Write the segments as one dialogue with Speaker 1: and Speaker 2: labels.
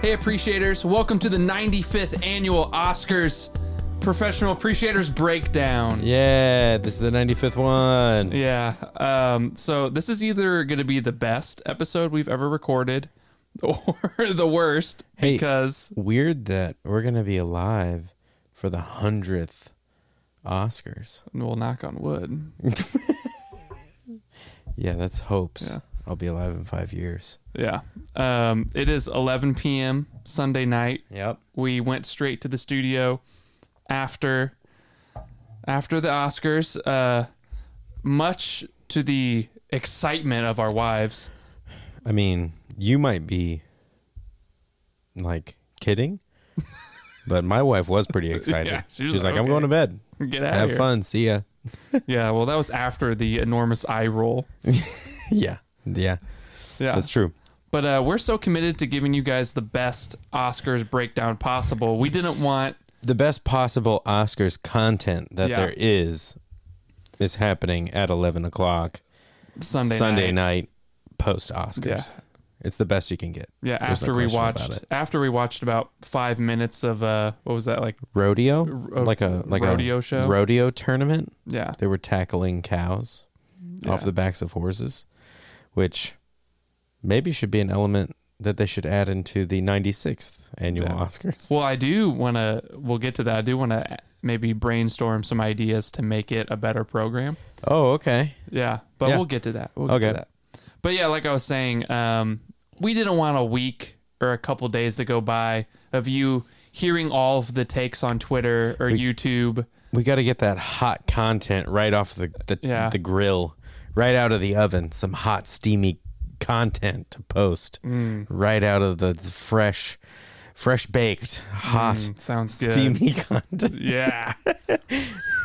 Speaker 1: Hey, appreciators, welcome to the 95th annual Oscars Professional Appreciators Breakdown.
Speaker 2: Yeah, this is the 95th one.
Speaker 1: Yeah. Um, so this is either going to be the best episode we've ever recorded or the worst
Speaker 2: Hey.
Speaker 1: because
Speaker 2: Weird that we're going to be alive for the 100th Oscars.
Speaker 1: we'll knock on wood.
Speaker 2: Yeah, that's hopes.
Speaker 1: Yeah.
Speaker 2: I'll be alive in five years.
Speaker 1: Yeah. Um, it is 11 p.m. Sunday night.
Speaker 2: Yep.
Speaker 1: We went straight to the studio after after the Oscars uh much to the excitement of our wives.
Speaker 2: I mean, you might be like kidding, but my wife was pretty excited.
Speaker 1: Yeah, she
Speaker 2: she
Speaker 1: was
Speaker 2: was
Speaker 1: like,
Speaker 2: like, I'm
Speaker 1: "Okay,
Speaker 2: going to bed.
Speaker 1: Get out
Speaker 2: Have
Speaker 1: of here.
Speaker 2: fun. See ya.
Speaker 1: Yeah, well that was after the enormous eye roll.
Speaker 2: yeah. Yeah.
Speaker 1: Yeah.
Speaker 2: That's true.
Speaker 1: But uh, we're so committed to giving you guys the best Oscars breakdown possible. We didn't want
Speaker 2: The best possible Oscars content that
Speaker 1: Yeah.
Speaker 2: there is is happening at 11 o'clock.
Speaker 1: Sunday,
Speaker 2: Sunday
Speaker 1: night.
Speaker 2: night, post Oscars.
Speaker 1: Yeah.
Speaker 2: It's the best you can get.
Speaker 1: Yeah,
Speaker 2: There's no
Speaker 1: after we
Speaker 2: question about
Speaker 1: watched
Speaker 2: it.
Speaker 1: after we watched about five minutes of uh what was that like
Speaker 2: rodeo,
Speaker 1: Ro-
Speaker 2: like a like
Speaker 1: rodeo
Speaker 2: a
Speaker 1: show?
Speaker 2: rodeo tournament.
Speaker 1: yeah.
Speaker 2: They were tackling cows off
Speaker 1: Yeah.
Speaker 2: the backs of horses, which maybe should be an element that they should add into the 96th annual
Speaker 1: Yeah.
Speaker 2: Oscars.
Speaker 1: Well, I do want to. We'll get to that. I do want to maybe brainstorm some ideas to make it a better program.
Speaker 2: oh, okay.
Speaker 1: Yeah, but
Speaker 2: Yeah.
Speaker 1: we'll get to that. We'll get to
Speaker 2: Okay.
Speaker 1: that. But yeah, like I was saying, um, we didn't want a week or a couple days to go by of you hearing all of the takes on Twitter or YouTube.
Speaker 2: We got to get that hot content right off the the,
Speaker 1: Yeah.
Speaker 2: the grill, right out of the oven. Some hot steamy content to post
Speaker 1: Mm.
Speaker 2: right out of the, the fresh, fresh baked hot
Speaker 1: Mm, sounds good.
Speaker 2: steamy content.
Speaker 1: Yeah,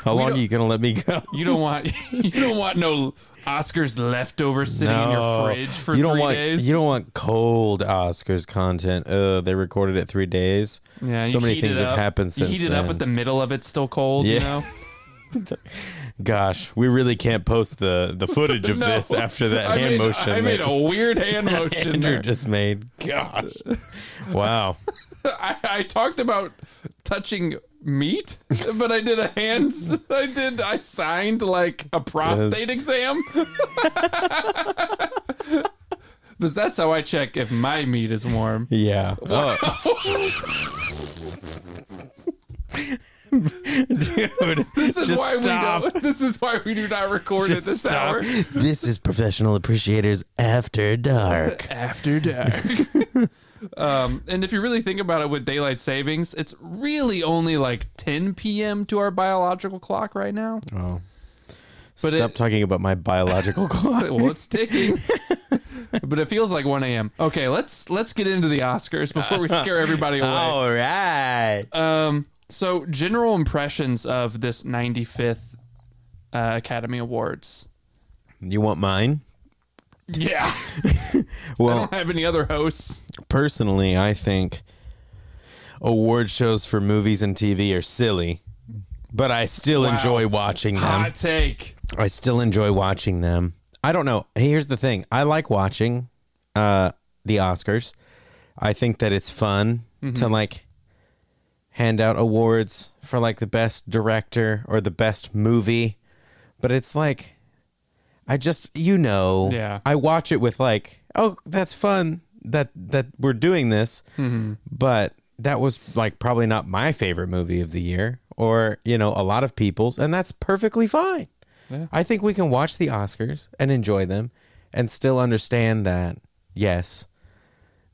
Speaker 2: How long
Speaker 1: don't-
Speaker 2: are you gonna let me go?
Speaker 1: you don't want you don't want no Oscars leftover sitting in your fridge for
Speaker 2: you don't
Speaker 1: three
Speaker 2: want
Speaker 1: days.
Speaker 2: you don't want cold Oscars content. Uh, they recorded it three days.
Speaker 1: yeah, you
Speaker 2: so many
Speaker 1: heat
Speaker 2: things
Speaker 1: it
Speaker 2: have
Speaker 1: up.
Speaker 2: happened
Speaker 1: You
Speaker 2: since
Speaker 1: heat it
Speaker 2: then.
Speaker 1: up at the middle of it, still cold. You
Speaker 2: Yeah.
Speaker 1: know.
Speaker 2: Gosh, we really can't post the the footage of
Speaker 1: No.
Speaker 2: this after that
Speaker 1: I
Speaker 2: hand
Speaker 1: made,
Speaker 2: motion.
Speaker 1: I made
Speaker 2: that
Speaker 1: a weird hand motion.
Speaker 2: Andrew
Speaker 1: there.
Speaker 2: just made. Gosh, wow.
Speaker 1: I, I talked about touching meat, but I did a hands. I did. I signed like a prostate
Speaker 2: Yes.
Speaker 1: exam. Because that's how I check if my meat is warm.
Speaker 2: Yeah. Oh. Dude,
Speaker 1: This is
Speaker 2: just
Speaker 1: why
Speaker 2: stop.
Speaker 1: we don't, This is why we do not record
Speaker 2: Just
Speaker 1: at this
Speaker 2: stop.
Speaker 1: hour
Speaker 2: This is Professional Appreciators After Dark.
Speaker 1: after dark. um, and if you really think about it, with daylight savings, it's really only like 10 p.m. to our biological clock right now.
Speaker 2: Oh.
Speaker 1: But
Speaker 2: Stop
Speaker 1: it-
Speaker 2: talking about my biological clock.
Speaker 1: well, it's ticking. but it feels like 1 a.m. Okay, let's let's get into the Oscars before we scare everybody away.
Speaker 2: All right.
Speaker 1: Um, so general impressions of this 95th uh, Academy Awards.
Speaker 2: You want mine?
Speaker 1: Yeah, I
Speaker 2: Well,
Speaker 1: don't have any other hosts.
Speaker 2: personally, I think award shows for movies and TV are silly, but I still enjoy watching them.
Speaker 1: Hot take.
Speaker 2: I still enjoy watching them. I don't know. Here's the thing. I like watching uh the Oscars. I think that it's fun to like hand out awards for like the best director or the best movie. But it's like I just you know,
Speaker 1: Yeah.
Speaker 2: I watch it with like, oh, that's fun that that we're doing this. But that was like probably not my favorite movie of the year or, you know, a lot of people's and that's perfectly fine. I think we can watch the Oscars and enjoy them and still understand that, yes,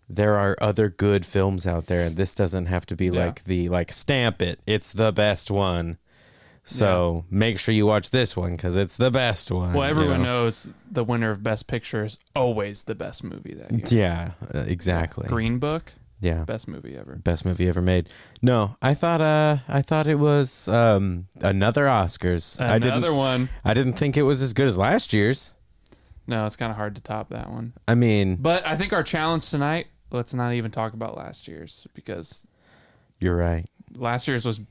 Speaker 2: there are other good films out there and this doesn't have to be like the like stamp it. It's the best one. So make sure you watch this one because it's the best one.
Speaker 1: Well,
Speaker 2: you
Speaker 1: everyone
Speaker 2: know?
Speaker 1: knows the winner of Best Picture is always the best movie that year.
Speaker 2: Yeah, uh, exactly.
Speaker 1: Green Book,
Speaker 2: Yeah.
Speaker 1: best movie ever.
Speaker 2: Best movie ever made. No, I thought uh I thought it was um another Oscars. I
Speaker 1: Another
Speaker 2: didn't
Speaker 1: one.
Speaker 2: I didn't think it was as good as last year's.
Speaker 1: No, it's kind of hard to top that one.
Speaker 2: I mean,
Speaker 1: But I think our challenge tonight, let's not even talk about last year's because
Speaker 2: you're right.
Speaker 1: last year's was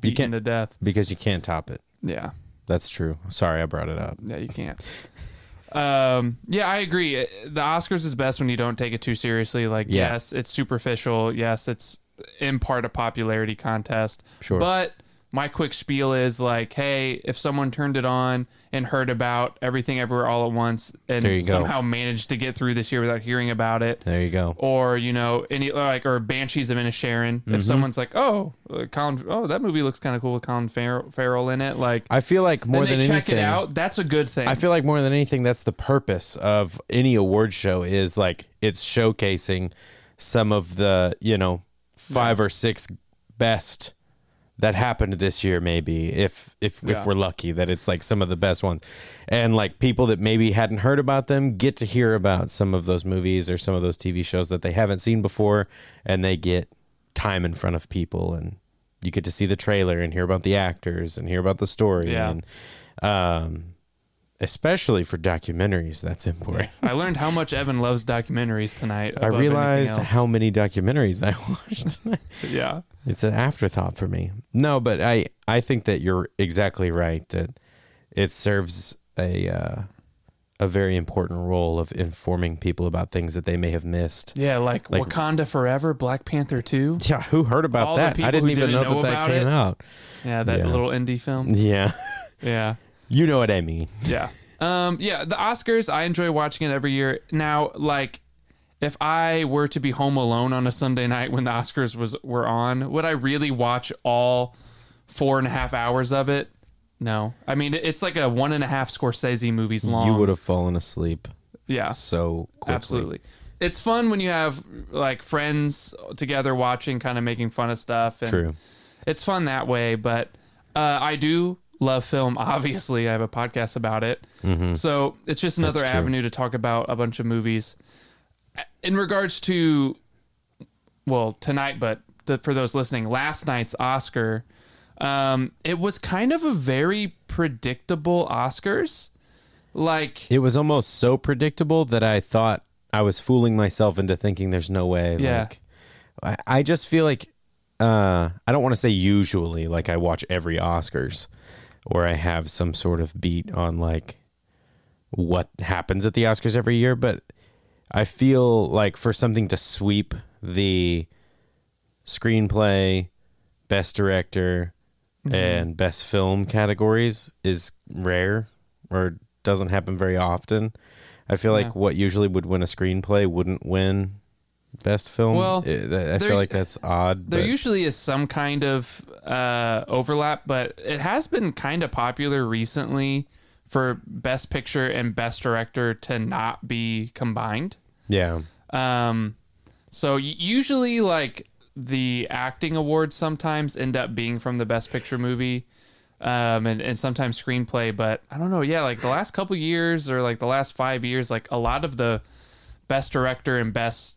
Speaker 1: beaten
Speaker 2: can't-
Speaker 1: to death.
Speaker 2: Because you can't top it.
Speaker 1: Yeah.
Speaker 2: That's true. Sorry I brought it up.
Speaker 1: Yeah, you can't. Um, yeah, I agree. The Oscars is best when you don't take it too seriously. Like,
Speaker 2: Yeah.
Speaker 1: yes, it's superficial. Yes, it's in part a popularity contest.
Speaker 2: Sure.
Speaker 1: But my quick spiel is like, hey, if someone turned it on and heard about everything everywhere all at once
Speaker 2: There you
Speaker 1: and
Speaker 2: go.
Speaker 1: somehow managed to get through this year without hearing about it,
Speaker 2: There you go.
Speaker 1: or you know any like or banshees of inisharan
Speaker 2: Mm-hmm.
Speaker 1: if someone's like oh uh, colin oh that movie looks kind of cool with colin Farrell, Farrell in it like
Speaker 2: I feel like more
Speaker 1: then they
Speaker 2: than
Speaker 1: check
Speaker 2: anything,
Speaker 1: it out that's a good thing
Speaker 2: I feel like more than anything, that's the purpose of any award show is like it's showcasing some of the you know five or six best that happened this year maybe if if
Speaker 1: Yeah.
Speaker 2: if we're lucky that it's like some of the best ones and like people that maybe hadn't heard about them get to hear about some of those movies or some of those TV shows that they haven't seen before and they get time in front of people and you get to see the trailer and hear about the actors and hear about the story
Speaker 1: Yeah.
Speaker 2: and um especially for documentaries that's important
Speaker 1: I learned how much evan loves documentaries tonight
Speaker 2: i
Speaker 1: above anything
Speaker 2: realized
Speaker 1: else.
Speaker 2: how many documentaries i watched
Speaker 1: yeah
Speaker 2: it's an afterthought for me no but i i think that you're exactly right that it serves a uh, a very important role of informing people about things that they may have missed
Speaker 1: yeah like,
Speaker 2: Like-
Speaker 1: wakanda forever black panther 2
Speaker 2: yeah who heard about
Speaker 1: All the
Speaker 2: that
Speaker 1: people
Speaker 2: i didn't
Speaker 1: who
Speaker 2: even
Speaker 1: didn't
Speaker 2: know
Speaker 1: know
Speaker 2: that that
Speaker 1: about
Speaker 2: came
Speaker 1: it.
Speaker 2: out
Speaker 1: yeah that
Speaker 2: Yeah.
Speaker 1: little indie film
Speaker 2: yeah
Speaker 1: yeah
Speaker 2: you know what i mean
Speaker 1: yeah um yeah the oscars i enjoy watching it every year now like if i were to be home alone on a sunday night when the oscars was were on would i really watch all four and a half hours of it no i mean it's like a one and a half scorsese movies long
Speaker 2: you would have fallen asleep
Speaker 1: yeah
Speaker 2: so quickly
Speaker 1: absolutely it's fun when you have like friends together watching kind of making fun of stuff and
Speaker 2: true
Speaker 1: it's fun that way but uh, i do love film obviously i have a podcast about it so it's just another
Speaker 2: Mm-hmm. That's true.
Speaker 1: avenue to talk about a bunch of movies in regards to well tonight but th- for those listening last night's oscar um, it was kind of a very predictable oscars like
Speaker 2: It was almost so predictable that I thought I was fooling myself into thinking there's no way.
Speaker 1: Yeah.
Speaker 2: Like, I, I just feel like uh, I don't want to say usually like I watch every Oscars or I have some sort of beat on like what happens at the Oscars every year, but I feel like for something to sweep the screenplay, best director,
Speaker 1: Mm-hmm.
Speaker 2: and best film categories is rare or doesn't happen very often. I feel like
Speaker 1: Yeah.
Speaker 2: what usually would win a screenplay wouldn't win best film.
Speaker 1: Well,
Speaker 2: I- I,
Speaker 1: there-
Speaker 2: feel like that's odd.
Speaker 1: There
Speaker 2: but-
Speaker 1: usually is some kind of uh, overlap, but it has been kind of popular recently for Best Picture and Best Director to not be combined.
Speaker 2: yeah,
Speaker 1: Um, so y- usually, like the acting awards, sometimes end up being from the Best Picture movie, um, and and sometimes screenplay. But I don't know. Yeah, like the last couple years or like the last five years, like a lot of the Best Director and Best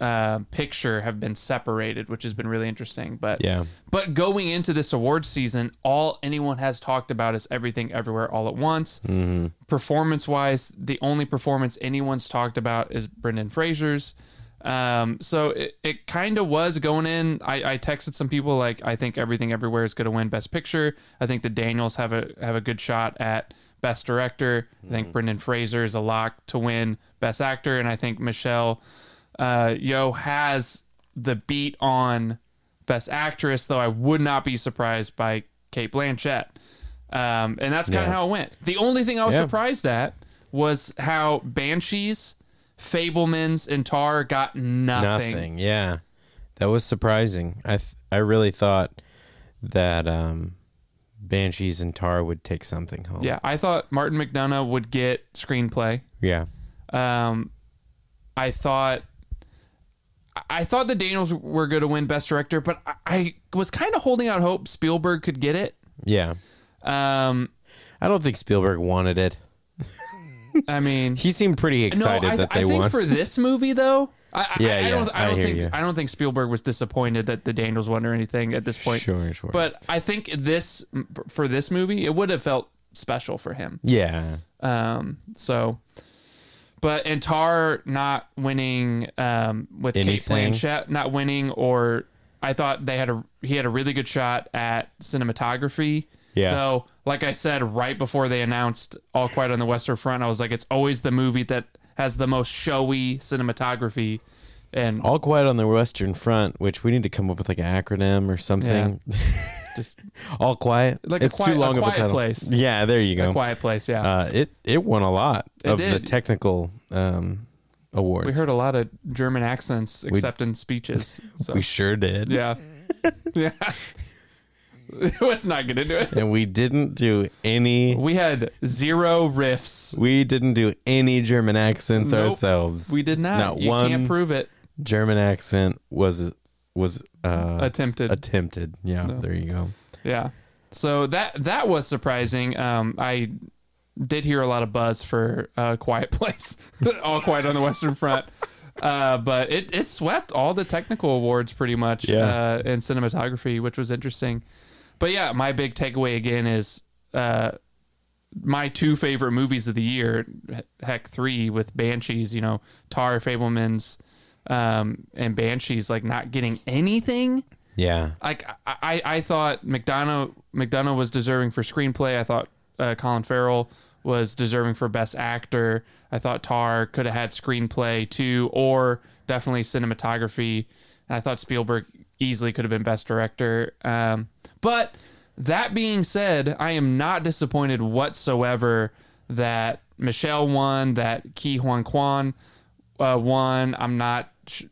Speaker 1: uh, Picture have been separated, which has been really interesting. But
Speaker 2: yeah,
Speaker 1: but going into this award season, all anyone has talked about is everything everywhere all at once. Performance wise, the only performance anyone's talked about is Brendan Fraser's. Um, so it, it kind of was going in. I, I texted some people like I think everything everywhere is going to win Best Picture. I think the Daniels have a have a good shot at Best Director. I
Speaker 2: Mm-hmm.
Speaker 1: think Brendan Fraser is a lock to win Best Actor, and I think Michelle uh, Yo has the beat on Best Actress, though I would not be surprised by Kate Blanchett. Um, and that's kind of
Speaker 2: Yeah.
Speaker 1: how it went. The only thing I was
Speaker 2: Yeah.
Speaker 1: surprised at was how Banshees, Fablemans, and Tar got nothing.
Speaker 2: nothing. Yeah, that was surprising. I th- I really thought that um, Banshees and Tar would take something home.
Speaker 1: Yeah, I thought Martin McDonough would get screenplay.
Speaker 2: yeah,
Speaker 1: Um, I thought I thought the Daniels were going to win Best Director, but I, I was kind of holding out hope Spielberg could get it.
Speaker 2: yeah.
Speaker 1: Um,
Speaker 2: I don't think Spielberg wanted it.
Speaker 1: I mean,
Speaker 2: He seemed pretty excited
Speaker 1: I, th-
Speaker 2: that they
Speaker 1: I think
Speaker 2: won.
Speaker 1: for this movie though. I, I,
Speaker 2: Yeah,
Speaker 1: I
Speaker 2: yeah,
Speaker 1: don't, I
Speaker 2: I
Speaker 1: don't
Speaker 2: hear
Speaker 1: think
Speaker 2: you.
Speaker 1: I don't think Spielberg was disappointed that the Daniels won or anything at this point.
Speaker 2: sure, sure.
Speaker 1: But I think this for this movie, it would have felt special for him.
Speaker 2: yeah,
Speaker 1: Um, so, but and Tar not winning um, with
Speaker 2: Anything.
Speaker 1: Kate Blanchett not winning, or I thought they had a he had a really good shot at cinematography.
Speaker 2: Yeah.
Speaker 1: Though, like I said, right before they announced All Quiet on the Western Front, I was like, it's always the movie that has the most showy cinematography. And
Speaker 2: All Quiet on the Western Front, which we need to come up with like an acronym or something.
Speaker 1: just
Speaker 2: All Quiet.
Speaker 1: Like a
Speaker 2: it's
Speaker 1: quiet-
Speaker 2: too
Speaker 1: a
Speaker 2: long of a
Speaker 1: quiet
Speaker 2: title.
Speaker 1: place.
Speaker 2: Yeah, there you go.
Speaker 1: Quiet Place, yeah.
Speaker 2: Uh, it it won a lot of the
Speaker 1: did.
Speaker 2: technical um, awards.
Speaker 1: we heard a lot of German accents except in speeches. So,
Speaker 2: We sure did.
Speaker 1: yeah. yeah. Let's not get into it.
Speaker 2: And we didn't do any.
Speaker 1: We had zero riffs.
Speaker 2: We didn't do any German accents
Speaker 1: Nope.
Speaker 2: ourselves.
Speaker 1: We did not.
Speaker 2: Not
Speaker 1: you
Speaker 2: one
Speaker 1: can't prove it.
Speaker 2: German accent was was uh,
Speaker 1: Attempted.
Speaker 2: attempted. Yeah, there you go.
Speaker 1: Yeah. So that that was surprising. Um, I did hear a lot of buzz for uh, Quiet Place, All Quiet on the Western Front. Uh, but it, it swept all the technical awards pretty much
Speaker 2: Yeah.
Speaker 1: uh, in cinematography, which was interesting. But yeah, my big takeaway again is uh, my two favorite movies of the year, he- heck, three with Banshees, you know, Tar, Fableman's, um, and Banshees, like not getting anything
Speaker 2: Yeah.
Speaker 1: like I, I I thought McDonough McDonough was deserving for screenplay. I thought uh, Colin Farrell was deserving for best actor. I thought Tar could have had screenplay too, or definitely cinematography. And I thought Spielberg easily could have been best director. Um, but that being said, I am not disappointed whatsoever that Michelle won, that Ki Huan Kwan uh, won. I'm not sh-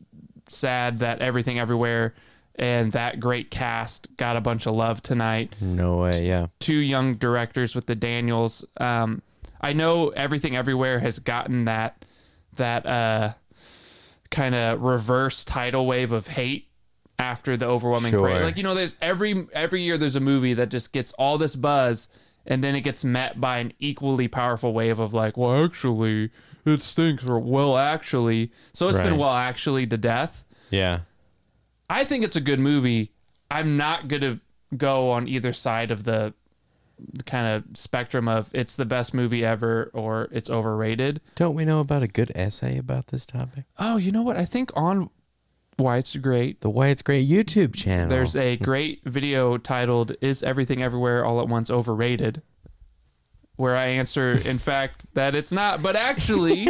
Speaker 1: sad that everything everywhere and that great cast got a bunch of love tonight.
Speaker 2: No way. Yeah.
Speaker 1: Two young directors with the Daniels. Um, I know everything everywhere has gotten that that uh, kind of reverse tidal wave of hate after the overwhelming
Speaker 2: Sure.
Speaker 1: praise. Like you know, there's every every year there's a movie that just gets all this buzz. And then it gets met by an equally powerful wave of like, well, actually, it stinks, or well, actually. So it's been
Speaker 2: Right.
Speaker 1: well, actually, to death.
Speaker 2: Yeah.
Speaker 1: I think it's a good movie. I'm not gonna go on either side of the kind of spectrum of it's the best movie ever or it's overrated.
Speaker 2: Don't we know about a good essay about this topic?
Speaker 1: Oh, you know what? I think on why it's great.
Speaker 2: The Why It's Great YouTube channel.
Speaker 1: There's a great video titled "Is Everything Everywhere All at Once Overrated?" where I answer, in fact, that it's not, but actually,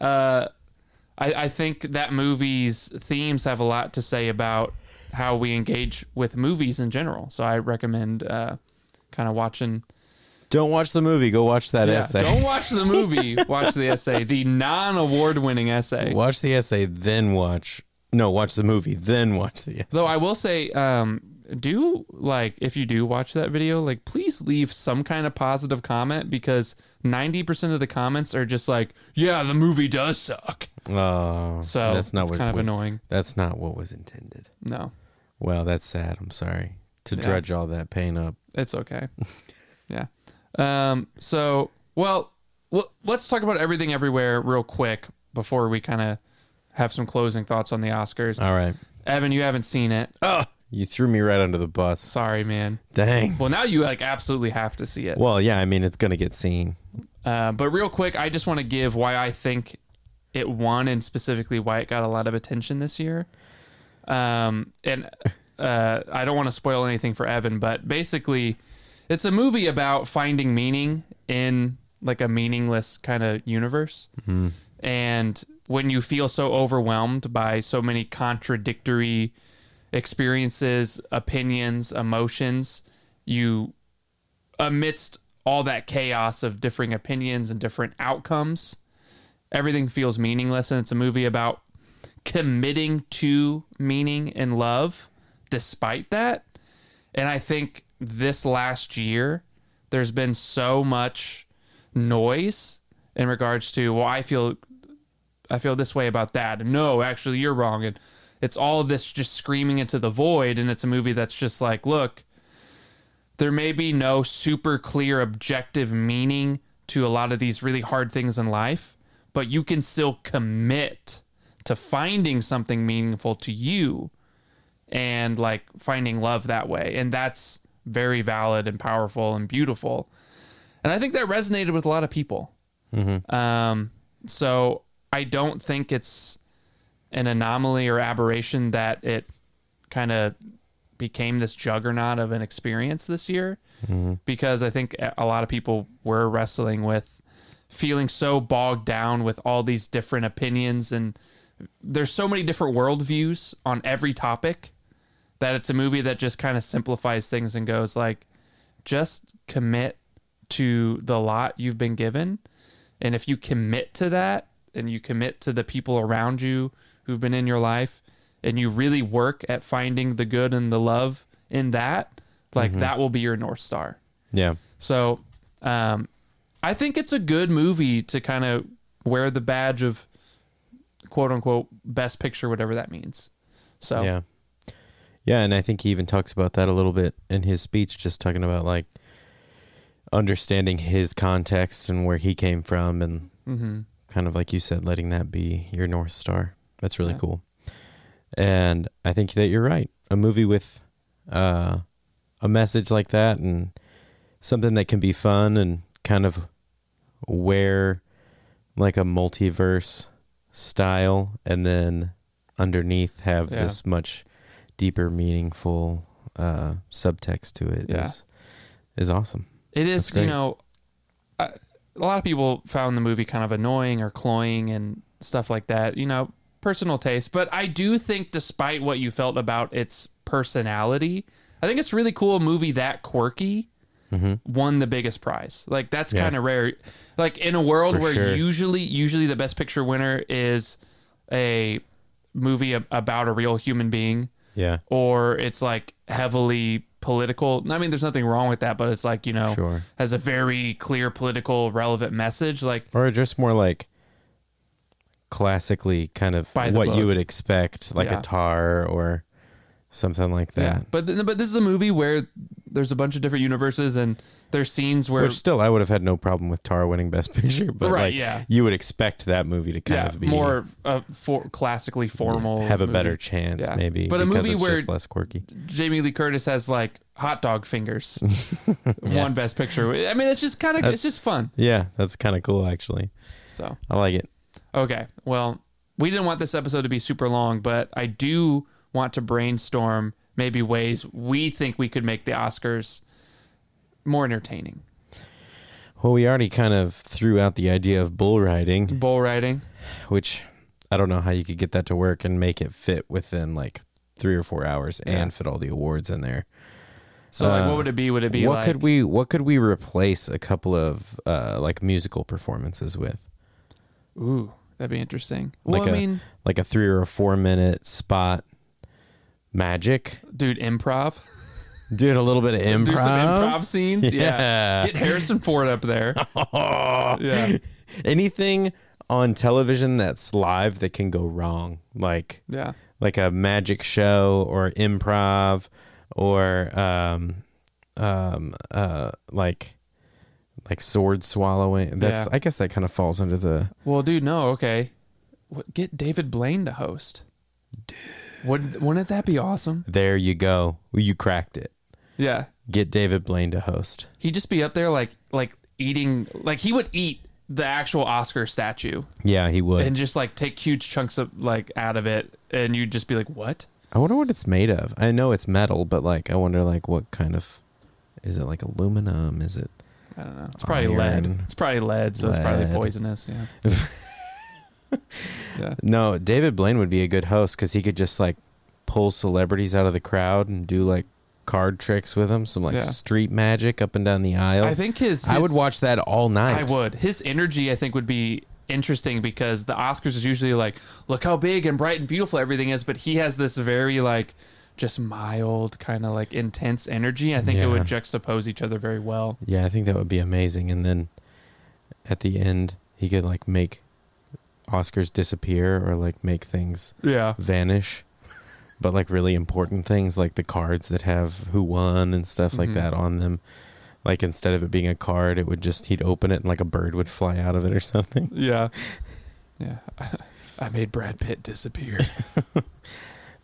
Speaker 1: uh, I, I think that movies' themes have a lot to say about how we engage with movies in general. So I recommend uh, kind of watching.
Speaker 2: Don't watch the movie. Go watch that
Speaker 1: Yeah,
Speaker 2: essay.
Speaker 1: Don't watch the movie. Watch the essay, the non-award-winning essay.
Speaker 2: Watch the essay, then watch. No, watch the movie, then watch the.
Speaker 1: Though I will say, um, do like if you do watch that video, like please leave some kind of positive comment because ninety percent of the comments are just like, "Yeah, the movie does suck."
Speaker 2: Oh,
Speaker 1: So
Speaker 2: that's not
Speaker 1: it's
Speaker 2: what.
Speaker 1: kind of
Speaker 2: we-
Speaker 1: annoying.
Speaker 2: That's not what was intended.
Speaker 1: No,
Speaker 2: Well, that's sad. I'm sorry to
Speaker 1: Yeah.
Speaker 2: dredge all that pain up.
Speaker 1: it's okay. yeah. Um. So well, well, let's talk about everything everywhere real quick before we kind of have some closing thoughts on the Oscars.
Speaker 2: All right.
Speaker 1: Evan, you haven't seen it.
Speaker 2: Oh, you threw me right under the bus.
Speaker 1: Sorry, man.
Speaker 2: Dang.
Speaker 1: Well, now you like absolutely have to see it.
Speaker 2: Well, yeah. I mean, it's gonna get seen.
Speaker 1: Uh, but real quick, I just want to give why I think it won and specifically why it got a lot of attention this year. Um, and uh, I don't want to spoil anything for Evan, but basically, it's a movie about finding meaning in like a meaningless kind of universe. And when you feel so overwhelmed by so many contradictory experiences, opinions, emotions, you amidst all that chaos of differing opinions and different outcomes, everything feels meaningless. And it's a movie about committing to meaning and love despite that. And I think this last year, there's been so much noise in regards to, well, I feel. I feel this way about that. And no, actually, you're wrong. And it's all this just screaming into the void. And it's a movie that's just like, look, there may be no super clear objective meaning to a lot of these really hard things in life, but you can still commit to finding something meaningful to you and like finding love that way. And that's very valid and powerful and beautiful. And I think that resonated with a lot of people. Um, so I don't think it's an anomaly or aberration that it kind of became this juggernaut of an experience this year because I think a lot of people were wrestling with feeling so bogged down with all these different opinions and there's so many different worldviews on every topic that it's a movie that just kind of simplifies things and goes like just commit to the lot you've been given and if you commit to that and you commit to the people around you who've been in your life and you really work at finding the good and the love in that like that will be your north star
Speaker 2: Yeah.
Speaker 1: so um, I think it's a good movie to kind of wear the badge of quote unquote best picture, whatever that means. So
Speaker 2: Yeah. Yeah, and I think he even talks about that a little bit in his speech, just talking about like understanding his context and where he came from and
Speaker 1: mhm.
Speaker 2: kind of like you said, letting that be your North Star. That's really
Speaker 1: Yeah.
Speaker 2: cool. And I think that you're right. A movie with uh, a message like that and something that can be fun and kind of wear like a multiverse style and then underneath have
Speaker 1: Yeah.
Speaker 2: this much deeper meaningful uh subtext to it is
Speaker 1: Yeah.
Speaker 2: is awesome
Speaker 1: it
Speaker 2: That's
Speaker 1: is,
Speaker 2: great.
Speaker 1: you know, I, a lot of people found the movie kind of annoying or cloying and stuff like that, you know, personal taste. But I do think, despite what you felt about its personality, I think it's really cool a movie that quirky. won the biggest prize. Like that's
Speaker 2: Mm-hmm. Yeah.
Speaker 1: kind of rare. Like in a world
Speaker 2: For
Speaker 1: where
Speaker 2: sure.
Speaker 1: usually usually the best picture winner is a movie ab- about a real human being
Speaker 2: yeah
Speaker 1: or it's like heavily political. I mean there's nothing wrong with that, but it's like, you know,
Speaker 2: Sure.
Speaker 1: has a very clear political relevant message like
Speaker 2: or just more like classically kind of
Speaker 1: By the
Speaker 2: what you
Speaker 1: book.
Speaker 2: would expect like
Speaker 1: Yeah.
Speaker 2: a tar or something like that
Speaker 1: But th- but this is a movie where there's a bunch of different universes and there's scenes where
Speaker 2: which still i would have had no problem with tar winning best picture but
Speaker 1: Right,
Speaker 2: like
Speaker 1: yeah.
Speaker 2: you would expect that movie to kind
Speaker 1: yeah,
Speaker 2: of be
Speaker 1: more uh, for classically formal
Speaker 2: have a
Speaker 1: movie.
Speaker 2: better chance
Speaker 1: Yeah.
Speaker 2: maybe
Speaker 1: But a
Speaker 2: because
Speaker 1: movie
Speaker 2: it's
Speaker 1: where-
Speaker 2: just less quirky
Speaker 1: Jamie Lee Curtis has like hot dog fingers. One best picture. I mean, it's just kind of it's
Speaker 2: That's-
Speaker 1: just fun.
Speaker 2: yeah that's kind of cool actually
Speaker 1: So
Speaker 2: i like it
Speaker 1: okay, well, we didn't want this episode to be super long, but I do want to brainstorm maybe ways we think we could make the Oscars more entertaining.
Speaker 2: well we already kind of threw out the idea of bull riding
Speaker 1: Bull riding.
Speaker 2: which i don't know how you could get that to work and make it fit within like three or four hours and fit all the awards in there
Speaker 1: So like,
Speaker 2: Uh,
Speaker 1: what would it be? Would it be
Speaker 2: what
Speaker 1: like
Speaker 2: could we what could we replace a couple of uh like musical performances with
Speaker 1: Ooh, that'd be interesting. Well,
Speaker 2: Like
Speaker 1: I
Speaker 2: a-
Speaker 1: mean,
Speaker 2: like a three or a four minute spot magic
Speaker 1: dude, improv.
Speaker 2: dude a little bit of improv,
Speaker 1: Do some improv scenes.
Speaker 2: Yeah. Oh.
Speaker 1: yeah. Get Harrison Ford up there. Yeah.
Speaker 2: anything on television that's live that can go wrong like
Speaker 1: Yeah.
Speaker 2: like a magic show or improv or um um uh like like sword swallowing that's
Speaker 1: Yeah.
Speaker 2: i guess that kind of falls under the
Speaker 1: Well, dude, no, okay. What, get David Blaine to host. Would, wouldn't that be awesome?
Speaker 2: there you go you cracked it
Speaker 1: Yeah.
Speaker 2: get david blaine to host
Speaker 1: He'd just be up there like like eating like he would eat the actual Oscar statue
Speaker 2: yeah he would
Speaker 1: and just like take huge chunks of like out of it and you'd just be like, What?
Speaker 2: i wonder what it's made of i know it's metal but like i wonder like what kind of is it like aluminum is it
Speaker 1: I don't know. It's probably
Speaker 2: Iron.
Speaker 1: lead. It's probably lead, so it's probably
Speaker 2: Lead.
Speaker 1: poisonous, yeah. yeah.
Speaker 2: no david blaine would be a good host because he could just like pull celebrities out of the crowd and do like card tricks with them some like
Speaker 1: Yeah.
Speaker 2: street magic up and down the aisles
Speaker 1: I think his,
Speaker 2: I would
Speaker 1: his-
Speaker 2: watch that all night.
Speaker 1: I would. His energy, I think, would be interesting because the Oscars is usually like, look how big and bright and beautiful everything is, but he has this very like just mild kind of like intense energy. I think
Speaker 2: Yeah.
Speaker 1: it would juxtapose each other very well.
Speaker 2: Yeah, I think that would be amazing. And then at the end, he could like make Oscars disappear or like make things
Speaker 1: Yeah.
Speaker 2: vanish, but like really important things like the cards that have who won and stuff like
Speaker 1: Mhm.
Speaker 2: that on them. Like instead of it being a card, it would just he'd open it and like a bird would fly out of it or something.
Speaker 1: Yeah. Yeah. I made Brad Pitt disappear.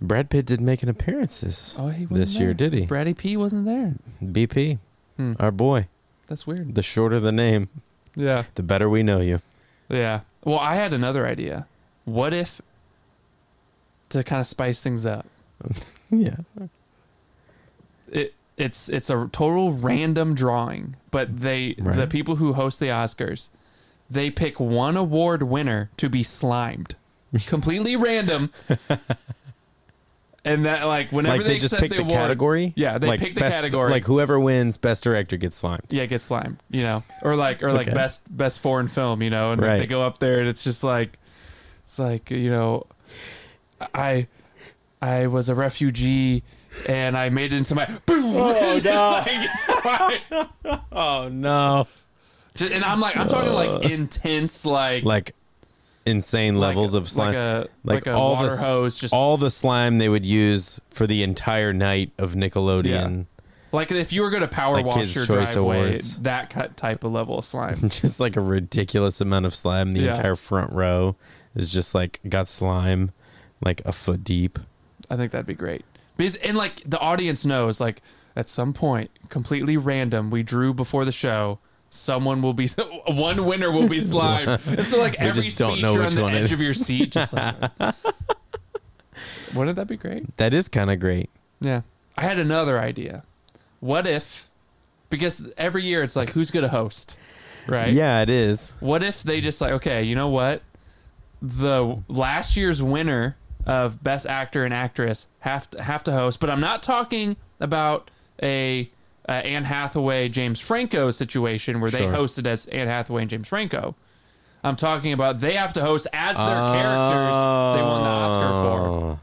Speaker 2: Brad Pitt did make an appearance this
Speaker 1: Oh, he wasn't
Speaker 2: this year,
Speaker 1: there.
Speaker 2: did he? Uh,
Speaker 1: Braddy P wasn't there.
Speaker 2: BP,
Speaker 1: Hmm.
Speaker 2: our boy.
Speaker 1: That's weird.
Speaker 2: The shorter the name,
Speaker 1: Yeah.
Speaker 2: the better we know you.
Speaker 1: Yeah. Well, I had another idea. What if to kind of spice things up?
Speaker 2: yeah.
Speaker 1: it it's it's a total random drawing, but they
Speaker 2: Right.
Speaker 1: the people who host the Oscars, they pick one award winner to be slimed, completely random. And that like whenever
Speaker 2: Like they, just
Speaker 1: accept
Speaker 2: pick the,
Speaker 1: award-
Speaker 2: category.
Speaker 1: yeah, they
Speaker 2: like
Speaker 1: pick the
Speaker 2: best-
Speaker 1: category,
Speaker 2: Like whoever wins, best director gets slimed.
Speaker 1: yeah, get slimed, you know, or like or like
Speaker 2: Okay.
Speaker 1: best best foreign film, you know, and like,
Speaker 2: Right.
Speaker 1: they go up there and it's just like, it's like you know, I, I was a refugee and I made it into my boom.
Speaker 2: Oh,
Speaker 1: It's
Speaker 2: no.
Speaker 1: like, it's like-
Speaker 2: Oh no!
Speaker 1: just- and I'm like I'm talking like intense like
Speaker 2: Like insane
Speaker 1: like-
Speaker 2: levels of slime.
Speaker 1: like a
Speaker 2: Like
Speaker 1: like, a
Speaker 2: all
Speaker 1: water
Speaker 2: this-
Speaker 1: hose just
Speaker 2: all the slime they would use for the entire night of Nickelodeon.
Speaker 1: like if you were gonna power
Speaker 2: like
Speaker 1: wash
Speaker 2: Kids'
Speaker 1: your
Speaker 2: Choice
Speaker 1: driveway
Speaker 2: Awards.
Speaker 1: that cut type of level of slime
Speaker 2: Just like a ridiculous amount of slime. The
Speaker 1: Yeah.
Speaker 2: entire front row is just like got slime like a foot deep.
Speaker 1: I think that'd be great. Because and like the audience knows, like at some point, completely random, we drew before the show. Someone will be one winner will be slime. And so like
Speaker 2: They
Speaker 1: every
Speaker 2: just don't
Speaker 1: speech
Speaker 2: know
Speaker 1: you're
Speaker 2: which
Speaker 1: on the
Speaker 2: one it
Speaker 1: edge
Speaker 2: is.
Speaker 1: of your seat, just like wouldn't that be great?
Speaker 2: That is kind of great.
Speaker 1: Yeah. I had another idea. What if because every year it's like who's gonna host? Right?
Speaker 2: Yeah, it is.
Speaker 1: What if they just like, okay, you know what? The last year's winner of best actor and actress have to, have to host, but I'm not talking about a uh, Anne Hathaway James Franco situation where they
Speaker 2: Sure.
Speaker 1: hosted as Anne Hathaway and James Franco. I'm talking about they have to host as their characters they won the Oscar for.
Speaker 2: Oh.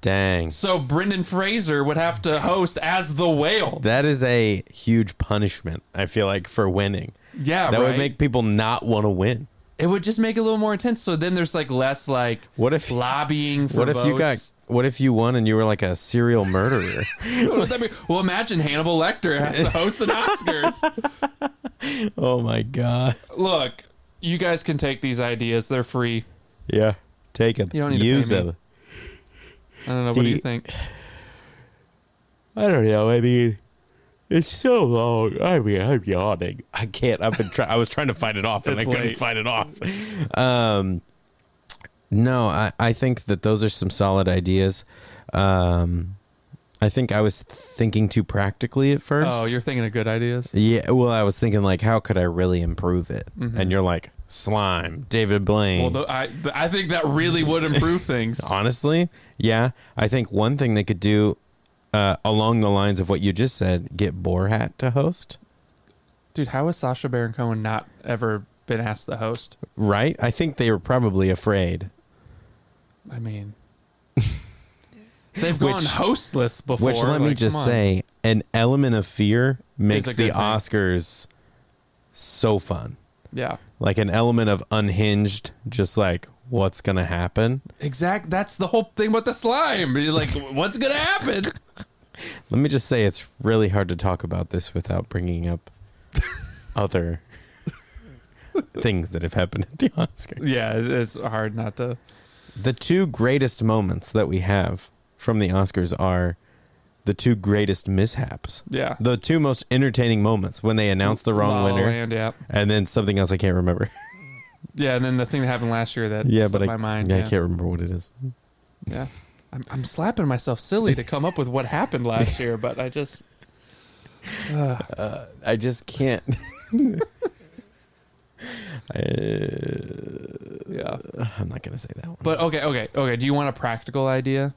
Speaker 2: Dang.
Speaker 1: So Brendan Fraser would have to host as the whale.
Speaker 2: That is a huge punishment, I feel like, for winning.
Speaker 1: Yeah,
Speaker 2: That
Speaker 1: right?
Speaker 2: would make people not want to win.
Speaker 1: it would just make it a little more intense. So then there's like less like
Speaker 2: What if-
Speaker 1: lobbying for
Speaker 2: What if you got
Speaker 1: votes.
Speaker 2: what if you won and you were like a serial murderer?
Speaker 1: Would that be- well, imagine Hannibal Lecter has to host an Oscars.
Speaker 2: oh my god.
Speaker 1: Look, you guys can take these ideas; they're free.
Speaker 2: Yeah. Take them.
Speaker 1: You don't need to pay
Speaker 2: Use
Speaker 1: me.
Speaker 2: them.
Speaker 1: I don't know. what do you
Speaker 2: The-
Speaker 1: think?
Speaker 2: I don't know. I mean, it's so long. I mean, I'm yawning. I can't. I've been trying. I was trying to fight it off, and I
Speaker 1: It's
Speaker 2: couldn't
Speaker 1: late.
Speaker 2: fight it off. Um, no, I, I think that those are some solid ideas. Um, I think I was thinking too practically at first.
Speaker 1: Oh, you're thinking of good ideas.
Speaker 2: yeah. Well, I was thinking like, how could I really improve it? And you're like, slime, David Blaine.
Speaker 1: Mm-hmm. Well, th- I th- I think that really would improve things.
Speaker 2: Honestly, yeah. I think one thing they could do uh, along the lines of what you just said, get Borat to host,
Speaker 1: Dude, how has Sasha Baron Cohen not ever been asked to host?
Speaker 2: right? I think they were probably afraid,
Speaker 1: I mean, they've gone
Speaker 2: Which-
Speaker 1: hostless before.
Speaker 2: which let me
Speaker 1: like,
Speaker 2: just
Speaker 1: come on.
Speaker 2: say, an element of fear makes
Speaker 1: a good
Speaker 2: the
Speaker 1: thing.
Speaker 2: Oscars so fun.
Speaker 1: yeah,
Speaker 2: Like an element of unhinged, just like what's gonna happen.
Speaker 1: exact. That's the whole thing about the slime. You're like, what's gonna happen?
Speaker 2: Let me just say, it's really hard to talk about this without bringing up other things that have happened at the Oscars.
Speaker 1: Yeah, it- it's hard not to.
Speaker 2: The two greatest moments that we have from the Oscars are the two greatest mishaps.
Speaker 1: Yeah,
Speaker 2: The two most entertaining moments when they announce the wrong
Speaker 1: La La
Speaker 2: winner
Speaker 1: Land, Oh, yeah.
Speaker 2: and then something else I can't remember.
Speaker 1: Yeah, and then the thing that happened last year that
Speaker 2: yeah,
Speaker 1: slipped
Speaker 2: but
Speaker 1: my
Speaker 2: I,
Speaker 1: mind.
Speaker 2: yeah,
Speaker 1: Yeah,
Speaker 2: I can't remember what it is.
Speaker 1: yeah. I'm, I'm slapping myself silly to come up with what happened last year, but I just uh, Ugh.
Speaker 2: I just can't. I,
Speaker 1: yeah.
Speaker 2: am not going to say that one.
Speaker 1: But okay, okay, okay. Do you want a practical idea?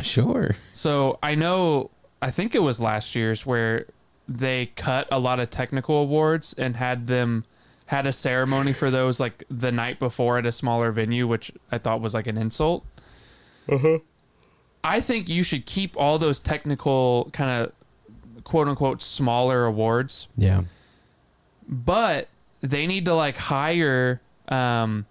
Speaker 2: Sure.
Speaker 1: So I know I think it was last year's where they cut a lot of technical awards and had them had a ceremony for those like the night before at a smaller venue, which I thought was like an insult. Uh-huh. I think you should keep all those technical kind of quote unquote smaller awards
Speaker 2: Yeah.
Speaker 1: but they need to like hire um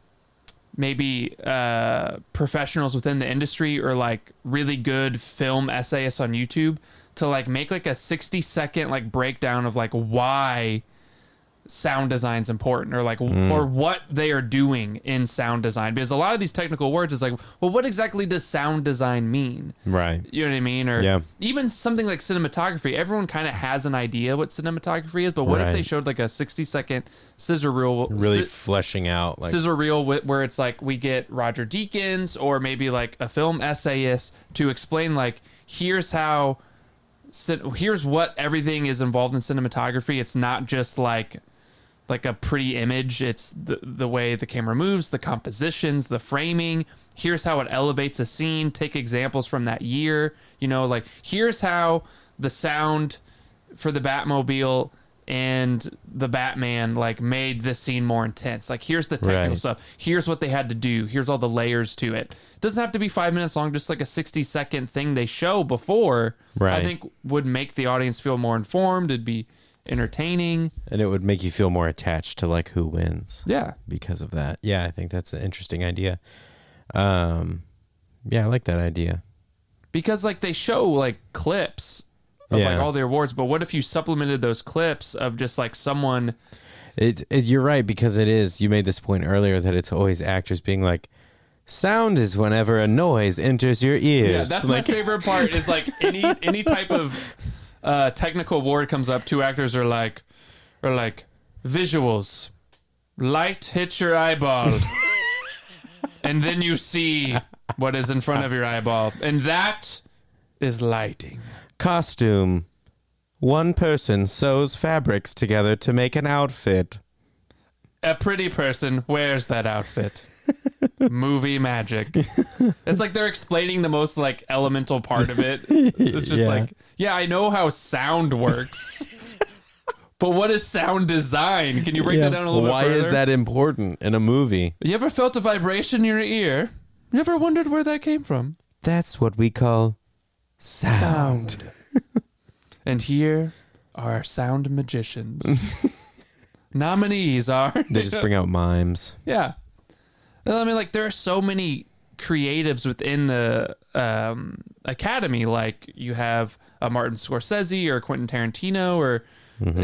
Speaker 1: maybe uh professionals within the industry or like really good film essayists on YouTube to like make like a 60 second like breakdown of like why sound design's important or like or what they are doing in sound design because a lot of these technical words is like well what exactly does sound design mean
Speaker 2: Right.
Speaker 1: you know what I mean? Or
Speaker 2: Yeah.
Speaker 1: even something like cinematography. Everyone kind of has an idea what cinematography is, but what if
Speaker 2: Right.
Speaker 1: they showed like a 60 second scissor reel?
Speaker 2: Really
Speaker 1: sci-
Speaker 2: fleshing out. Like,
Speaker 1: scissor reel wh- where it's like we get Roger Deakins or maybe like a film essayist to explain like here's how cin- here's what everything is involved in cinematography. It's not just like like a pretty image. It's the the way the camera moves, the compositions, the framing. Here's how it elevates a scene. Take examples from that year. You know, like here's how the sound for the Batmobile and the Batman like made this scene more intense. Like here's the technical
Speaker 2: Right.
Speaker 1: stuff. Here's what they had to do. Here's all the layers to it. Doesn't have to be five minutes long. Just like a sixty second thing they show before. I
Speaker 2: Right.
Speaker 1: think would make the audience feel more informed. It'd be entertaining.
Speaker 2: and it would make you feel more attached to like who wins
Speaker 1: Yeah.
Speaker 2: because of that. Yeah, I think that's an interesting idea. Um, yeah, I like that idea.
Speaker 1: because like they show like clips of like
Speaker 2: Yeah.
Speaker 1: all the awards but what if you supplemented those clips of just like someone
Speaker 2: It, it you're right because it is. You made this point earlier that it's always actors being like, "Sound is whenever a noise enters your ears."
Speaker 1: yeah that's
Speaker 2: like,
Speaker 1: my favorite part is like any any type of uh technical award comes up two actors are like are like visuals light hits your eyeball and then you see what is in front of your eyeball and that is lighting
Speaker 2: costume. One person sews fabrics together to make an outfit.
Speaker 1: a pretty person wears that outfit. Movie magic. It's like they're explaining the most like elemental part of it. It's just
Speaker 2: Yeah.
Speaker 1: like, yeah, I know how sound works. but what is sound design? Can you break that down a little
Speaker 2: Why
Speaker 1: bit?
Speaker 2: is
Speaker 1: further?
Speaker 2: that important in a movie?
Speaker 1: You ever felt a vibration in your ear? You ever wondered where that came from?
Speaker 2: That's what we call sound.
Speaker 1: And here are our sound magicians. Nominees are
Speaker 2: They just bring out mimes.
Speaker 1: Yeah. Well, I mean, like, there are so many creatives within the um, academy. Like, you have a Martin Scorsese or Quentin Tarantino or,
Speaker 2: Mm-hmm.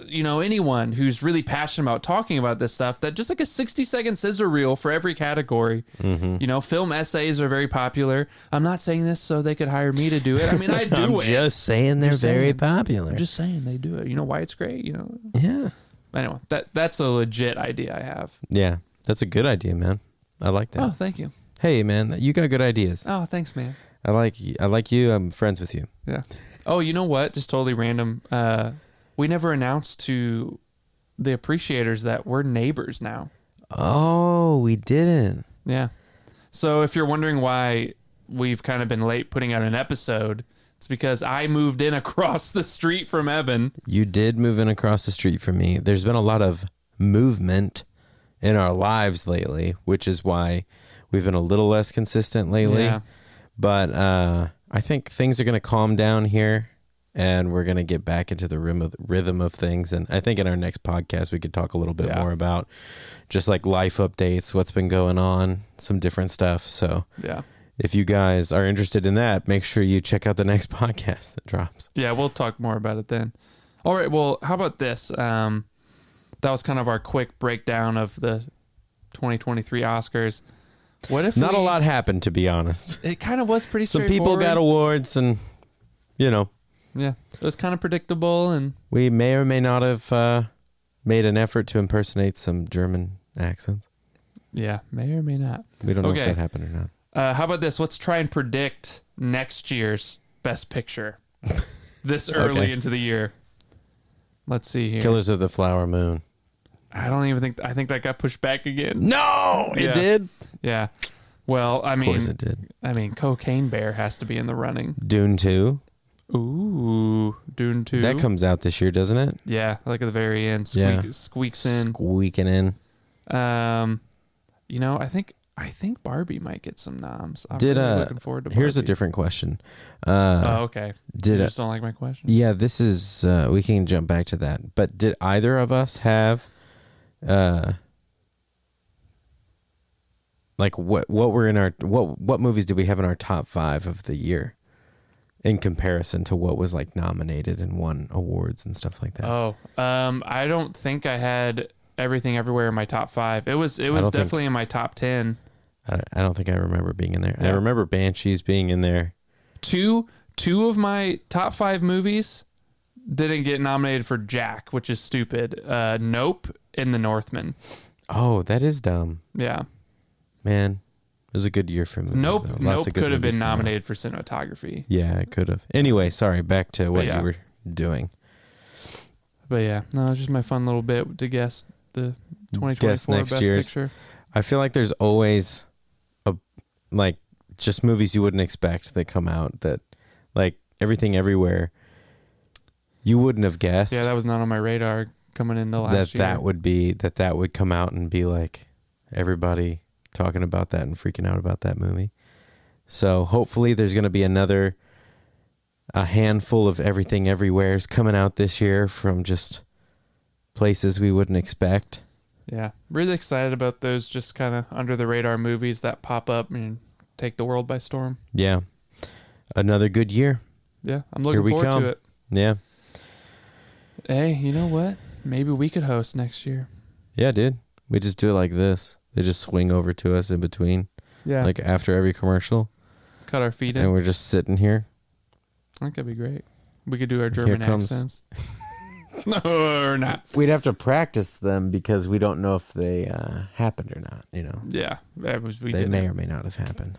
Speaker 1: uh, you know, anyone who's really passionate about talking about this stuff that just like a 60 second scissor reel for every category.
Speaker 2: Mm-hmm.
Speaker 1: You know, film essays are very popular. I'm not saying this so they could hire me to do it. I mean, I do
Speaker 2: I'm
Speaker 1: it.
Speaker 2: just saying they're
Speaker 1: saying.
Speaker 2: very popular.
Speaker 1: I'm just saying they do it. You know why it's great? You know,
Speaker 2: yeah.
Speaker 1: anyway, that that's a legit idea I have.
Speaker 2: Yeah. That's a good idea, man. I like that.
Speaker 1: Oh, thank you.
Speaker 2: Hey, man, you got good ideas.
Speaker 1: Oh, thanks, man.
Speaker 2: I like I like you. I'm friends with you.
Speaker 1: Yeah. Oh, you know what? Just totally random. Uh, we never announced to the appreciators that we're neighbors now.
Speaker 2: Oh, we didn't.
Speaker 1: Yeah. So if you're wondering why we've kind of been late putting out an episode, it's because I moved in across the street from Evan.
Speaker 2: You did move in across the street from me. There's been a lot of movement in our lives lately, which is why we've been a little less consistent lately.
Speaker 1: Yeah.
Speaker 2: But uh, I think things are going to calm down here, and we're going to get back into the rhythm of, rhythm of things. And I think in our next podcast, we could talk a little bit
Speaker 1: Yeah.
Speaker 2: more about just like life updates, what's been going on, some different stuff. So
Speaker 1: Yeah.
Speaker 2: if you guys are interested in that, make sure you check out the next podcast that drops.
Speaker 1: Yeah, we'll talk more about it then. All right. Well, how about this? Um, that was kind of our quick breakdown of the 2023 Oscars. What if
Speaker 2: Not a
Speaker 1: we-
Speaker 2: lot happened, to be honest.
Speaker 1: It kind of was pretty.
Speaker 2: Some people
Speaker 1: straightforward.
Speaker 2: got awards, and you know,
Speaker 1: Yeah, it was kind of predictable, and
Speaker 2: we may or may not have uh, made an effort to impersonate some German accents.
Speaker 1: yeah, may or may not.
Speaker 2: We don't know
Speaker 1: Okay.
Speaker 2: if that happened or not.
Speaker 1: Uh, how about this? Let's try and predict next year's Best Picture this early into the year. Let's see here.
Speaker 2: Killers of the Flower Moon.
Speaker 1: I don't even think I think that got pushed back again.
Speaker 2: No,
Speaker 1: Yeah.
Speaker 2: it did.
Speaker 1: Yeah. Well, I
Speaker 2: Of course
Speaker 1: mean,
Speaker 2: it did.
Speaker 1: I mean, Cocaine Bear has to be in the running.
Speaker 2: Dune 2.
Speaker 1: Ooh, Dune Two.
Speaker 2: That comes out this year, doesn't it?
Speaker 1: yeah, like at the very end,
Speaker 2: Yeah.
Speaker 1: squeak, squeaks in.
Speaker 2: Squeaking in.
Speaker 1: Um, you know, I think I think Barbie might get some noms. I'm
Speaker 2: Did,
Speaker 1: really
Speaker 2: uh,
Speaker 1: looking forward to.
Speaker 2: Here's a
Speaker 1: Barbie.
Speaker 2: different question.
Speaker 1: Oh,
Speaker 2: Uh,
Speaker 1: okay.
Speaker 2: did
Speaker 1: you
Speaker 2: uh,
Speaker 1: just don't like my question?
Speaker 2: yeah, this is uh, we can jump back to that. But did either of us have uh like what what were in our what what movies did we have in our top 5 of the year in comparison to what was like nominated and won awards and stuff like that?
Speaker 1: Oh, um, I don't think I had everything everywhere in my top five. It was it was
Speaker 2: don't think-
Speaker 1: definitely in my top ten.
Speaker 2: I don't, I don't think I remember being in there. I
Speaker 1: Yeah.
Speaker 2: remember Banshees being in there.
Speaker 1: Two two of my top five movies didn't get nominated for Jack, which is stupid. Uh, nope, and The Northman.
Speaker 2: Oh, that is dumb,
Speaker 1: Yeah,
Speaker 2: man. It was a good year for movies.
Speaker 1: Nope,
Speaker 2: though. Lots
Speaker 1: nope
Speaker 2: of good
Speaker 1: could have
Speaker 2: movies
Speaker 1: been
Speaker 2: came out.
Speaker 1: nominated for cinematography.
Speaker 2: Yeah, it could have. Anyway, sorry. Back to what
Speaker 1: yeah.
Speaker 2: you were doing.
Speaker 1: But yeah, no, it's just my fun little bit to guess the 2024
Speaker 2: Guess next
Speaker 1: best
Speaker 2: year's.
Speaker 1: picture.
Speaker 2: I feel like there's always a like just movies you wouldn't expect that come out that like everything everywhere you wouldn't have guessed
Speaker 1: Yeah, that was not on my radar coming in the
Speaker 2: that
Speaker 1: last year.
Speaker 2: that would be that that would come out and be like everybody talking about that and freaking out about that movie. So hopefully there's going to be another a handful of everything everywhere's coming out this year from just places we wouldn't expect.
Speaker 1: yeah, really excited about those just kind of under the radar movies that pop up and take the world by storm.
Speaker 2: Yeah. Another good year.
Speaker 1: Yeah, I'm
Speaker 2: Here
Speaker 1: looking
Speaker 2: we
Speaker 1: forward
Speaker 2: come.
Speaker 1: to it.
Speaker 2: Yeah.
Speaker 1: Hey, you know what? Maybe we could host next year.
Speaker 2: Yeah, dude. We just do it like this. They just swing over to us in between,
Speaker 1: Yeah,
Speaker 2: like after every commercial,
Speaker 1: cut our feet in.
Speaker 2: and we're just sitting here.
Speaker 1: I think that'd be great. We could do our German
Speaker 2: comes-
Speaker 1: accents. no, or not.
Speaker 2: We'd have to practice them because we don't know if they uh, happened or not. You know,
Speaker 1: Yeah, that was we
Speaker 2: they
Speaker 1: did.
Speaker 2: may
Speaker 1: it.
Speaker 2: or may not have happened.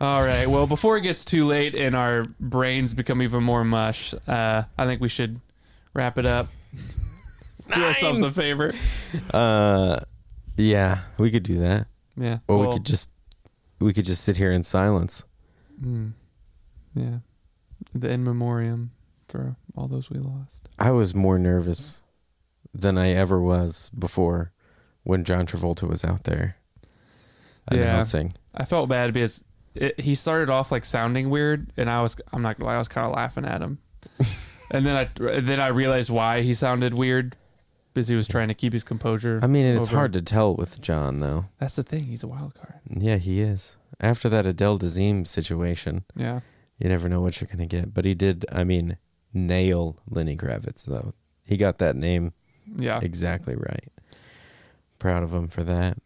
Speaker 1: All right. Well, before it gets too late and our brains become even more mush, uh, I think we should wrap it up. do ourselves a favor.
Speaker 2: Uh, yeah, we could do that,
Speaker 1: Yeah.
Speaker 2: or
Speaker 1: well,
Speaker 2: we could just we could just sit here in silence.
Speaker 1: mm, yeah. The in memoriam for all those we lost.
Speaker 2: I was more nervous than I ever was before when John Travolta was out there
Speaker 1: Yeah.
Speaker 2: announcing.
Speaker 1: I felt bad because it, he started off like sounding weird, and I was I'm not gonna lie, I was kind of laughing at him, and then I then I realized why he sounded weird, because he was trying to keep his composure.
Speaker 2: I mean, it's
Speaker 1: over-
Speaker 2: hard to tell with John though.
Speaker 1: That's the thing. He's a wild card.
Speaker 2: Yeah, he is. After that Adele Dazeem situation,
Speaker 1: Yeah.
Speaker 2: you never know what you're going to get. But he did, I mean, nail Lenny Kravitz, though. He got that name
Speaker 1: Yeah.
Speaker 2: exactly right. Proud of him for that.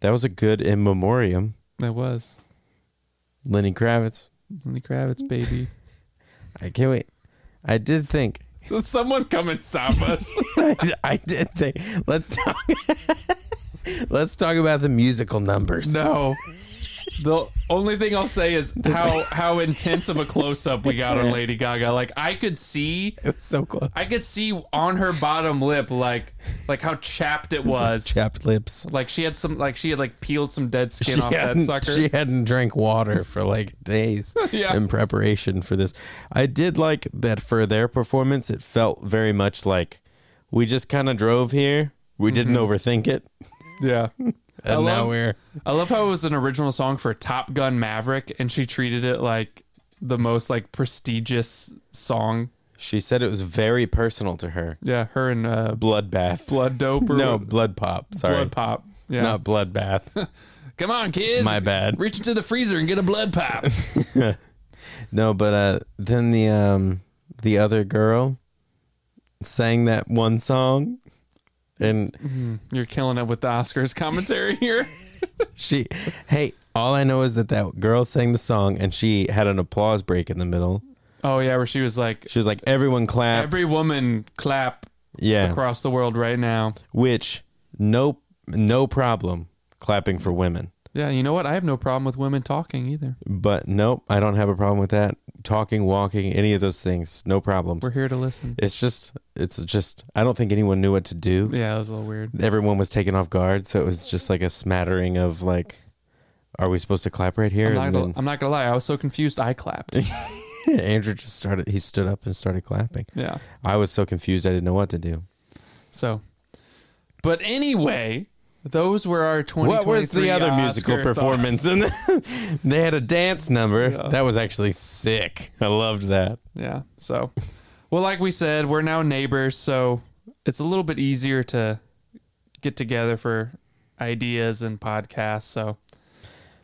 Speaker 2: That was a good in memoriam.
Speaker 1: That was
Speaker 2: Lenny Kravitz.
Speaker 1: Lenny Kravitz, baby.
Speaker 2: I can't wait. I did think.
Speaker 1: Does someone come and stop us?
Speaker 2: I did think. Let's talk. let's talk about the musical numbers.
Speaker 1: no. The only thing I'll say is how how intense of a close up we got on Lady Gaga. Like I could see
Speaker 2: It was so close.
Speaker 1: I could see on her bottom lip like like how chapped it was.
Speaker 2: Chapped lips.
Speaker 1: Like she had some, like she had like peeled some dead skin off that
Speaker 2: hadn't-
Speaker 1: sucker.
Speaker 2: She hadn't drank water for like days
Speaker 1: Yeah.
Speaker 2: in preparation for this. I did like that for their performance. It felt very much like we just kind of drove here. We didn't
Speaker 1: Mm-hmm.
Speaker 2: overthink it,
Speaker 1: yeah,
Speaker 2: and
Speaker 1: love-
Speaker 2: now we're
Speaker 1: I love how it was an original song for Top Gun Maverick, and she treated it like the most like prestigious song.
Speaker 2: she said it was very personal to her.
Speaker 1: Yeah, her and uh,
Speaker 2: Bloodbath.
Speaker 1: Blood Dope or
Speaker 2: no,
Speaker 1: Blood
Speaker 2: blood pop. Sorry.
Speaker 1: Pop. Yeah,
Speaker 2: Not bloodbath.
Speaker 1: come on, kids,
Speaker 2: My bad.
Speaker 1: Reach into the freezer and get a blood pop.
Speaker 2: No, but uh then the um the other girl sang that one song and
Speaker 1: You're killing it with the Oscars commentary here.
Speaker 2: She, hey, all I know is that that girl sang the song and she had an applause break in the middle.
Speaker 1: oh yeah, where she was like,
Speaker 2: She was like, "Everyone clap!"
Speaker 1: every woman clap
Speaker 2: yeah,
Speaker 1: across the world right now.
Speaker 2: which no no problem clapping for women,
Speaker 1: Yeah, you know what? I have no problem with women talking either.
Speaker 2: but nope, I don't have a problem with that. Talking, walking, any of those things, no problems.
Speaker 1: We're here to listen.
Speaker 2: It's just, it's just, I don't think anyone knew what to do.
Speaker 1: Yeah, that was a little weird.
Speaker 2: Everyone was taken off guard, so it was just like a smattering of like, "Are we supposed to clap right here?"
Speaker 1: I'm not,
Speaker 2: And
Speaker 1: gonna,
Speaker 2: then
Speaker 1: I'm not gonna lie. I was so confused. I clapped.
Speaker 2: Andrew just started. He stood up and started clapping.
Speaker 1: yeah.
Speaker 2: I was so confused. I didn't know what to do.
Speaker 1: So, but anyway, those were our 20.
Speaker 2: What was the other musical performance? And they had a dance number
Speaker 1: Yeah.
Speaker 2: that was actually sick. I loved that.
Speaker 1: Yeah. So, well, like we said, we're now neighbors, so it's a little bit easier to get together for ideas and podcasts. So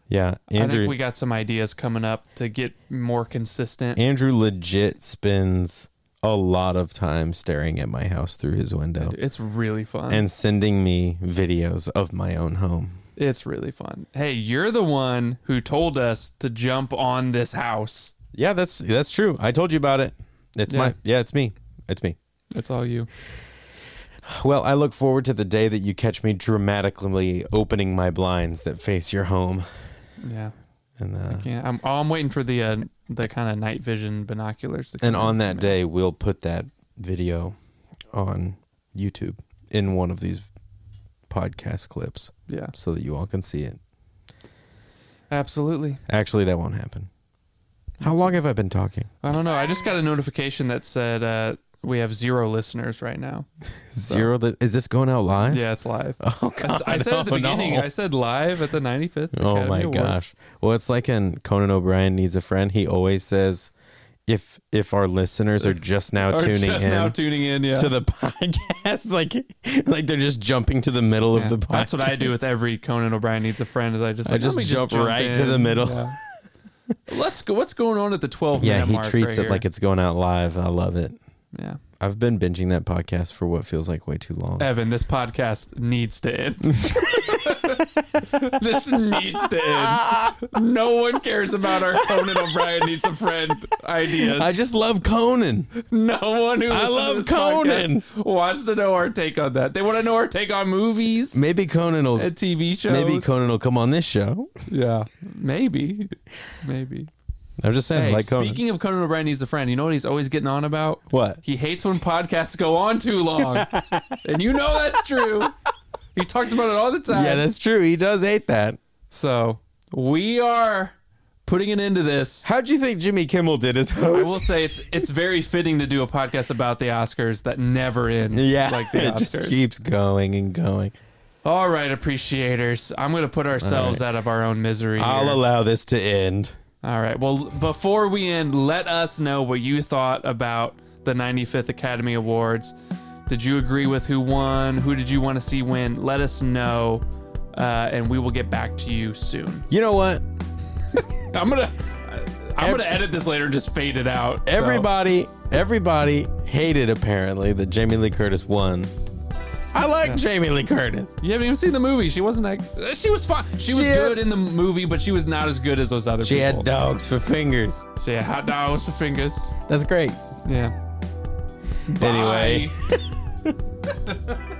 Speaker 2: Yeah,
Speaker 1: I
Speaker 2: Andrew.
Speaker 1: think we got some ideas coming up to get more consistent.
Speaker 2: Andrew legit spends a lot of time staring at my house through his window
Speaker 1: it's really fun.
Speaker 2: and sending me videos of my own home.
Speaker 1: It's really fun. Hey, you're the one who told us to jump on this house.
Speaker 2: Yeah, that's that's true. I told you about it. It's
Speaker 1: Yeah.
Speaker 2: my yeah, it's me. It's me.
Speaker 1: That's all you.
Speaker 2: Well, I look forward to the day that you catch me dramatically opening my blinds that face your home
Speaker 1: Yeah.
Speaker 2: And uh,
Speaker 1: Can't, I'm, oh, I'm waiting for the uh, the kind of night vision binoculars. To come
Speaker 2: and
Speaker 1: out.
Speaker 2: on that day, we'll put that video on YouTube in one of these podcast clips
Speaker 1: yeah,
Speaker 2: so that you all can see it.
Speaker 1: absolutely.
Speaker 2: Actually, that won't happen. How long have I been talking?
Speaker 1: I don't know. I just got a notification that said uh, we have zero listeners right now.
Speaker 2: Zero. That, is this going out live?
Speaker 1: Yeah, it's live.
Speaker 2: Oh
Speaker 1: I s-
Speaker 2: God.
Speaker 1: I, said at the
Speaker 2: oh,
Speaker 1: beginning.
Speaker 2: no.
Speaker 1: I said live at the 95th.
Speaker 2: Oh
Speaker 1: Academy
Speaker 2: my
Speaker 1: Awards.
Speaker 2: gosh. Well, it's like in Conan O'Brien needs a friend. He always says, "If if our listeners are just now
Speaker 1: Or
Speaker 2: tuning
Speaker 1: just
Speaker 2: in
Speaker 1: now tuning in. Yeah.
Speaker 2: to the podcast, like like they're just jumping to the middle
Speaker 1: Yeah,
Speaker 2: of the podcast."
Speaker 1: That's what I do with every Conan O'Brien needs a friend. Is I just
Speaker 2: I
Speaker 1: like, let
Speaker 2: just
Speaker 1: me
Speaker 2: jump right to the
Speaker 1: in.
Speaker 2: middle.
Speaker 1: Yeah. Let's go. What's going on at the twelve?
Speaker 2: Yeah,
Speaker 1: minute
Speaker 2: he
Speaker 1: mark
Speaker 2: treats
Speaker 1: right
Speaker 2: it
Speaker 1: here?
Speaker 2: like it's going out live. I love it.
Speaker 1: yeah.
Speaker 2: I've been binging that podcast for what feels like way too long.
Speaker 1: Evan, this podcast needs to end. this needs to end. No one cares about our Conan O'Brien needs a friend ideas.
Speaker 2: I just love Conan.
Speaker 1: no one who listens to
Speaker 2: love
Speaker 1: this
Speaker 2: Conan.
Speaker 1: podcast wants to know our take on that. They want to know our take on movies
Speaker 2: Maybe Conan will.
Speaker 1: and TV shows.
Speaker 2: Maybe Conan will come on this show.
Speaker 1: Yeah, maybe, maybe.
Speaker 2: I'm just saying,
Speaker 1: Hey,
Speaker 2: like Conan.
Speaker 1: speaking of Conan O'Brien needs a friend, you know what he's always getting on about?
Speaker 2: What?
Speaker 1: He hates when podcasts go on too long. and you know that's true. He talks about it all the time.
Speaker 2: yeah, that's true. He does hate that.
Speaker 1: so we are putting an end to this.
Speaker 2: How'd you think Jimmy Kimmel did as
Speaker 1: I
Speaker 2: host?
Speaker 1: will say it's it's very fitting to do a podcast about the Oscars that never ends.
Speaker 2: yeah,
Speaker 1: Like the
Speaker 2: it just
Speaker 1: Oscars.
Speaker 2: keeps going and going.
Speaker 1: all right, appreciators. I'm gonna put ourselves out of our own misery.
Speaker 2: I'll
Speaker 1: here.
Speaker 2: allow this to end.
Speaker 1: All right. Well, before we end, let us know what you thought about the 95th Academy Awards. Did you agree with who won? Who did you want to see win? Let us know, uh, and we will get back to you soon.
Speaker 2: You know what?
Speaker 1: I'm gonna, I'm gonna edit this later and just fade it out. so-
Speaker 2: Everybody, everybody hated apparently that Jamie Lee Curtis won. I like Jamie Lee Curtis.
Speaker 1: you haven't even seen the movie. She wasn't that. uh, She was fine. She, was
Speaker 2: She had-
Speaker 1: good in the movie, but she was not as good as those other
Speaker 2: She
Speaker 1: people.
Speaker 2: had dogs for fingers.
Speaker 1: she had hot dogs for fingers.
Speaker 2: That's great.
Speaker 1: Yeah.
Speaker 2: Anyway.
Speaker 1: Bye.